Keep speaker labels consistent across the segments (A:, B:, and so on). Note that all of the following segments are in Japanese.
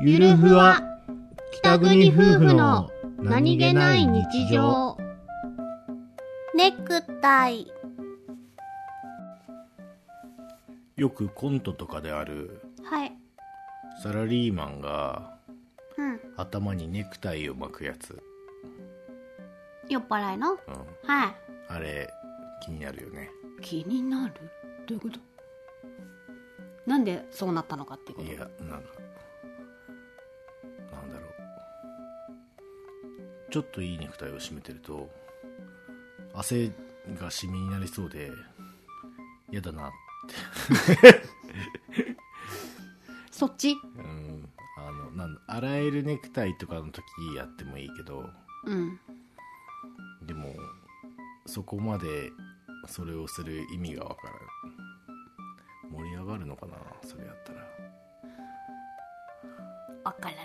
A: ゆるふわ北国夫婦の
B: ネクタイ
A: よくコントとかである
B: はい
A: サラリーマンが
B: うん
A: 頭にネクタイを巻くやつ、
B: 酔っ払いの
A: うん、
B: は
A: あれ気になるよね
B: い気になるどういうことなんでそうなったのかっていうこと
A: いやなんかなんだろうちょっといいネクタイを締めてると汗がシミになりそうで嫌だな
B: そっち
A: うんあのなんだ洗えるネクタイとかの時やってもいいけど
B: うん
A: でもそこまでそれをする意味がわからん盛り上がるのかなそれやったら
B: わからない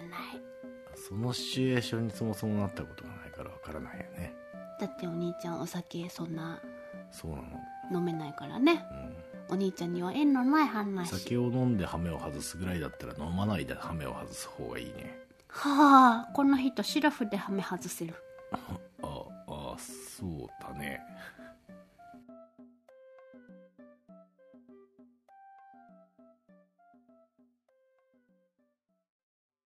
A: そのシチュエーションにそもそもなったことがないからわからないよね
B: だってお兄ちゃんお酒そんな
A: そうなの、
B: 飲めないからねお兄ちゃんには縁のない
A: うん、
B: 話
A: 酒を飲んでハメを外すぐらいだったら飲まないでハメを外す方がいいね
B: はあこの人シラフでハメ外せる
A: ああそうだね